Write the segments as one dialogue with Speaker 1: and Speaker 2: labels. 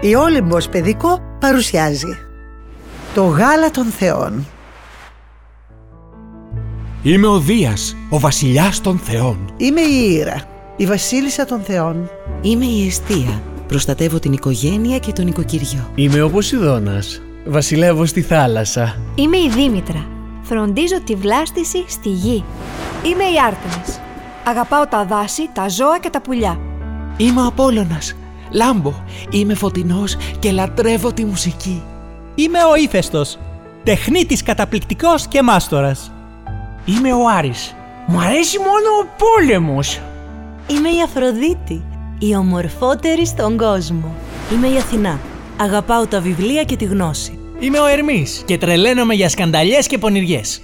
Speaker 1: Η Όλυμπος Παιδικό παρουσιάζει Το γάλα των θεών
Speaker 2: Είμαι ο Δίας, ο βασιλιάς των θεών.
Speaker 1: Είμαι η Ήρα, η βασίλισσα των θεών
Speaker 3: Είμαι η Εστία. Προστατεύω την οικογένεια και το νοικοκυριό.
Speaker 4: Είμαι ο Ποσειδώνας. Βασιλεύω στη θάλασσα.
Speaker 5: Είμαι η Δήμητρα. Φροντίζω τη βλάστηση στη γη.
Speaker 6: Είμαι η Άρτεμις. Αγαπάω τα δάση, τα ζώα και τα πουλιά.
Speaker 7: Είμαι ο Απόλλωνας. Λάμπω. Είμαι φωτεινός και λατρεύω τη μουσική.
Speaker 8: Είμαι ο Ήφαιστος. Τεχνίτης καταπληκτικός και μάστορας.
Speaker 9: Είμαι ο Άρης. Μου αρέσει μόνο ο πόλεμος.
Speaker 10: Είμαι η Αφροδίτη. Η ομορφότερη στον κόσμο.
Speaker 11: Είμαι η Αθηνά. Αγαπάω τα βιβλία και τη γνώση.
Speaker 12: Είμαι ο Ερμής και τρελαίνομαι για σκανταλιές και πονηριές.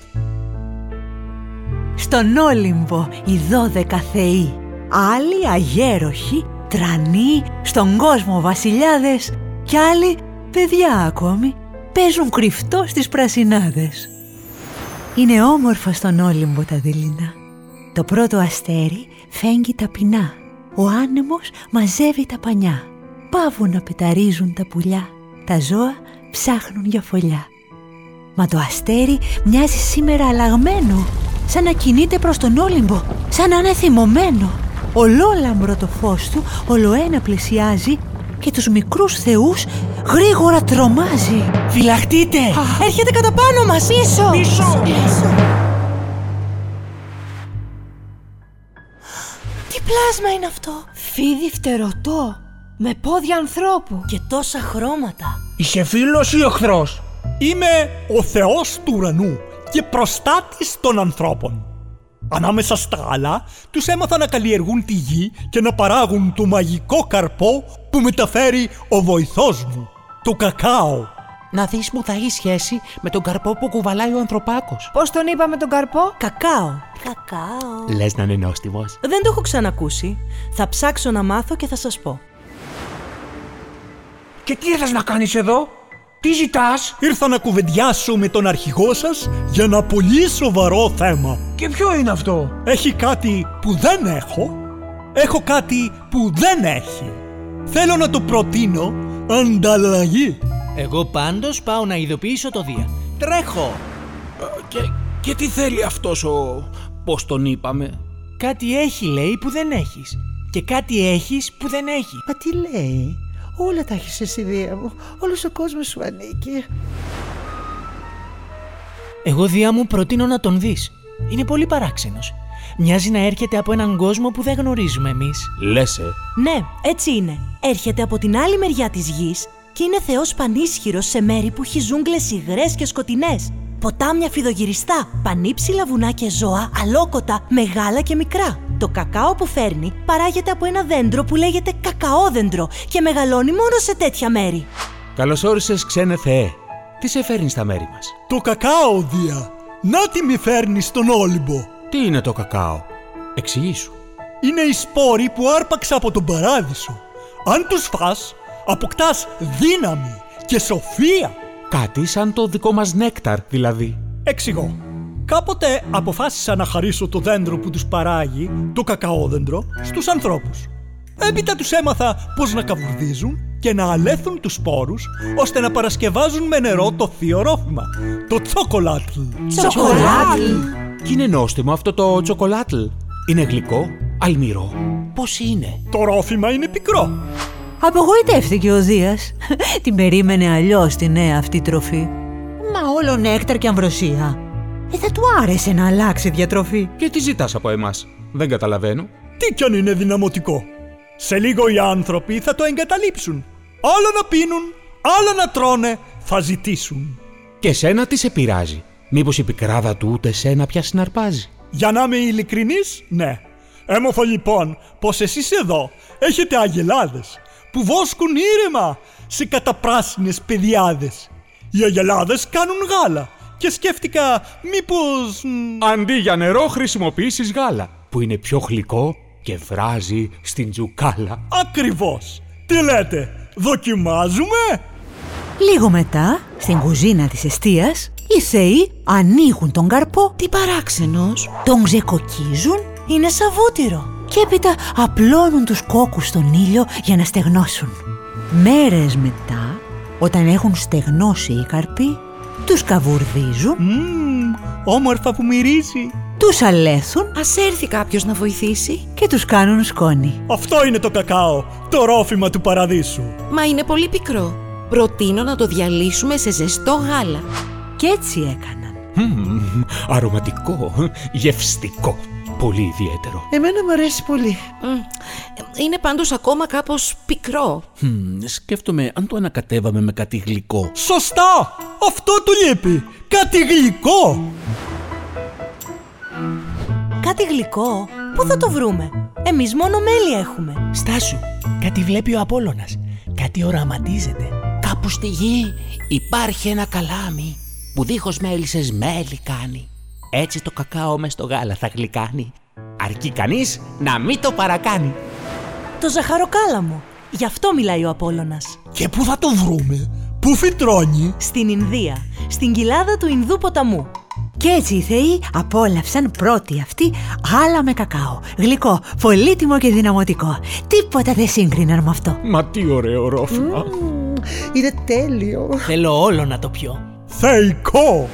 Speaker 13: Στον Όλυμπο οι δώδεκα θεοί. Άλλοι αγέροχοι, τρανοί, στον κόσμο βασιλιάδες κι άλλοι παιδιά ακόμη παίζουν κρυφτό στις πρασινάδες. Είναι όμορφα στον Όλυμπο τα δειλινά. Το πρώτο αστέρι φέγγει ταπεινά. Ο άνεμος μαζεύει τα πανιά. Πάβουν να πεταρίζουν τα πουλιά. Τα ζώα ψάχνουν για φωλιά. Μα το αστέρι μοιάζει σήμερα αλλαγμένο, σαν να κινείται προς τον Όλυμπο, σαν να είναι θυμωμένο. Ολόλαμπρο το φως του, ολοένα πλησιάζει και τους μικρούς θεούς γρήγορα τρομάζει.
Speaker 14: Φυλαχτείτε!
Speaker 15: Α, έρχεται κατά πάνω μας!
Speaker 14: Πίσω! Πίσω!
Speaker 15: Τι πλάσμα είναι αυτό!
Speaker 6: Φίδι φτερωτό! Με πόδια ανθρώπου!
Speaker 11: Και τόσα χρώματα!
Speaker 9: Είσαι φίλος ή οχθρός!
Speaker 16: Είμαι ο θεός του ουρανού και προστάτης των ανθρώπων. Ανάμεσα στα άλλα, τους έμαθα να καλλιεργούν τη γη και να παράγουν το μαγικό καρπό που μεταφέρει ο βοηθός μου, το κακάο.
Speaker 7: Να δεις μου θα έχει σχέση με τον καρπό που κουβαλάει ο ανθρωπάκος.
Speaker 6: Πώς τον είπαμε τον καρπό?
Speaker 11: Κακάο.
Speaker 7: Κακάο. Λες να είναι νόστιμος.
Speaker 11: Δεν το έχω ξανακούσει. Θα ψάξω να μάθω και θα σας πω.
Speaker 9: Και τι ήρθες να κάνεις εδώ? Τι ζητάς?
Speaker 16: Ήρθα να κουβεντιάσω με τον αρχηγό σας για ένα πολύ σοβαρό θέμα.
Speaker 9: Και ποιο είναι αυτό?
Speaker 16: Έχει κάτι που δεν έχω. Έχω κάτι που δεν έχει. Θέλω να το προτείνω ανταλλαγή.
Speaker 12: Εγώ πάντως πάω να ειδοποιήσω το Δία. Τρέχω!
Speaker 2: Ε, και, και τι θέλει αυτός ο... πώς τον είπαμε.
Speaker 12: Κάτι έχει λέει που δεν έχεις. Και κάτι έχεις που δεν έχει.
Speaker 1: Μα τι λέει. Όλα τα έχεις εσύ Δία μου. Όλος ο κόσμος σου ανήκει.
Speaker 12: Εγώ Δία μου προτείνω να τον δεις. Είναι πολύ παράξενος. Μοιάζει να έρχεται από έναν κόσμο που δεν γνωρίζουμε εμείς.
Speaker 2: Λέσαι.
Speaker 11: Ναι, έτσι είναι. Έρχεται από την άλλη μεριά της γης και είναι θεός πανίσχυρος σε μέρη που έχει ζούγκλες υγρές και σκοτεινές. Ποτάμια φιδογυριστά, πανύψηλα βουνά και ζώα, αλόκοτα, μεγάλα και μικρά. Το κακάο που φέρνει παράγεται από ένα δέντρο που λέγεται κακαόδέντρο και μεγαλώνει μόνο σε τέτοια μέρη.
Speaker 2: Καλώς όρισες ξένε θεέ. Τι σε φέρνει στα μέρη μας.
Speaker 16: Το κακάο, Δία. Να τι μη φέρνεις στον Όλυμπο.
Speaker 2: Τι είναι το κακάο. Εξηγήσου.
Speaker 16: Είναι οι σπόροι που άρπαξα από τον παράδεισο. Αν τους φας, αποκτάς δύναμη και σοφία.
Speaker 2: Κάτι σαν το δικό μας νέκταρ δηλαδή.
Speaker 16: Εξηγώ. Κάποτε αποφάσισα να χαρίσω το δέντρο που τους παράγει, το κακαόδεντρο, στους ανθρώπους. Έπειτα τους έμαθα πώς να καβουρδίζουν και να αλέθουν τους σπόρους ώστε να παρασκευάζουν με νερό το θείο ρόφημα, το τσοκολάτλ.
Speaker 11: Τσοκολάτλ!
Speaker 2: Κι είναι νόστιμο αυτό το τσοκολάτλ. Είναι γλυκό, αλμυρό. Πώς είναι?
Speaker 16: Το ρόφημα είναι πικρό.
Speaker 13: Απογοητεύτηκε ο Δίας. την περίμενε αλλιώς τη νέα αυτή τροφή. Μα όλο νέκταρ και αμβροσία. Ε, θα του άρεσε να αλλάξει διατροφή.
Speaker 2: Και τι ζητάς από εμάς. Δεν καταλαβαίνω.
Speaker 16: Τι κι αν είναι δυναμωτικό. Σε λίγο οι άνθρωποι θα το εγκαταλείψουν. Άλλο να πίνουν, άλλο να τρώνε, θα ζητήσουν.
Speaker 2: Και σένα τι σε πειράζει. Μήπως η πικράδα του ούτε σένα πια συναρπάζει.
Speaker 16: Για να είμαι ειλικρινής, ναι. Έμαθα λοιπόν πως εσείς εδώ έχετε αγελάδες που βόσκουν ήρεμα σε καταπράσινες πεδιάδες. Οι αγελάδες κάνουν γάλα και σκέφτηκα μήπως...
Speaker 2: Αντί για νερό χρησιμοποιήσεις γάλα που είναι πιο γλυκό και βράζει στην τζουκάλα.
Speaker 16: Ακριβώς. Τι λέτε, δοκιμάζουμε?
Speaker 13: Λίγο μετά, στην κουζίνα της εστίας, οι θεοί ανοίγουν τον καρπό.
Speaker 11: Τι παράξενος.
Speaker 13: Τον ξεκοκίζουν. Είναι σαβούτυρο και έπειτα απλώνουν τους κόκκους στον ήλιο για να στεγνώσουν.
Speaker 1: Μέρες μετά, όταν έχουν στεγνώσει οι καρποί, τους καβουρδίζουν.
Speaker 16: Mm, όμορφα που μυρίζει.
Speaker 1: Τους αλέθουν.
Speaker 10: Ας έρθει κάποιος να βοηθήσει.
Speaker 1: Και τους κάνουν σκόνη.
Speaker 16: Αυτό είναι το κακάο, το ρόφημα του παραδείσου.
Speaker 10: Μα είναι πολύ πικρό. Προτείνω να το διαλύσουμε σε ζεστό γάλα.
Speaker 1: Κι έτσι έκαναν.
Speaker 2: Mm, αρωματικό, γευστικό. Πολύ ιδιαίτερο.
Speaker 17: Εμένα μου αρέσει πολύ.
Speaker 10: Mm, είναι πάντως ακόμα κάπως πικρό.
Speaker 18: Mm, σκέφτομαι αν το ανακατεύαμε με κάτι γλυκό.
Speaker 16: Σωστά! Αυτό του λείπει! Κάτι γλυκό!
Speaker 11: Κάτι γλυκό? Πού θα το βρούμε? Εμείς μόνο μέλι έχουμε.
Speaker 18: Στάσου, κάτι βλέπει ο Απόλλωνας. Κάτι οραματίζεται.
Speaker 12: Κάπου στη γη υπάρχει ένα καλάμι που δίχως μέλισσες μέλι κάνει. Έτσι το κακάο μες στο γάλα θα γλυκάνει. Αρκεί κανείς να μην το παρακάνει.
Speaker 11: Το ζαχαροκάλαμο. Γι' αυτό μιλάει ο Απόλλωνας.
Speaker 16: Και πού θα το βρούμε, πού φυτρώνει.
Speaker 11: Στην Ινδία, στην κοιλάδα του Ινδού ποταμού.
Speaker 1: Κι έτσι οι θεοί απόλαυσαν πρώτοι αυτοί γάλα με κακάο. Γλυκό, πολύτιμο και δυναμωτικό. Τίποτα δεν σύγκριναν με αυτό.
Speaker 2: Μα τι ωραίο ρόφημα.
Speaker 17: Mm, είναι τέλειο.
Speaker 18: Θέλω όλο να το πιω.
Speaker 16: Θεϊκό!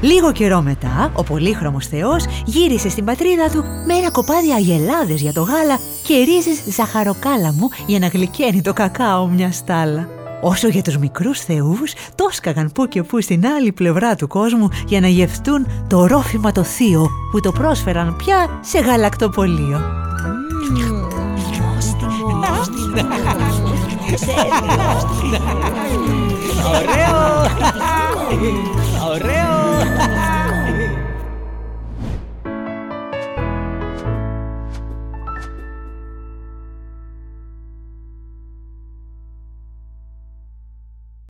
Speaker 1: Λίγο καιρό μετά, ο πολύχρωμος θεός γύρισε στην πατρίδα του με ένα κοπάδι αγελάδες για το γάλα και ρίζες ζαχαροκάλαμου για να γλυκαίνει το κακάο μια στάλα. Όσο για τους μικρούς θεούς, τόσκαγαν που και που στην άλλη πλευρά του κόσμου για να γευτούν το ρόφημα το θείο που το πρόσφεραν πια σε γαλακτοπολείο.
Speaker 18: Ωραίο!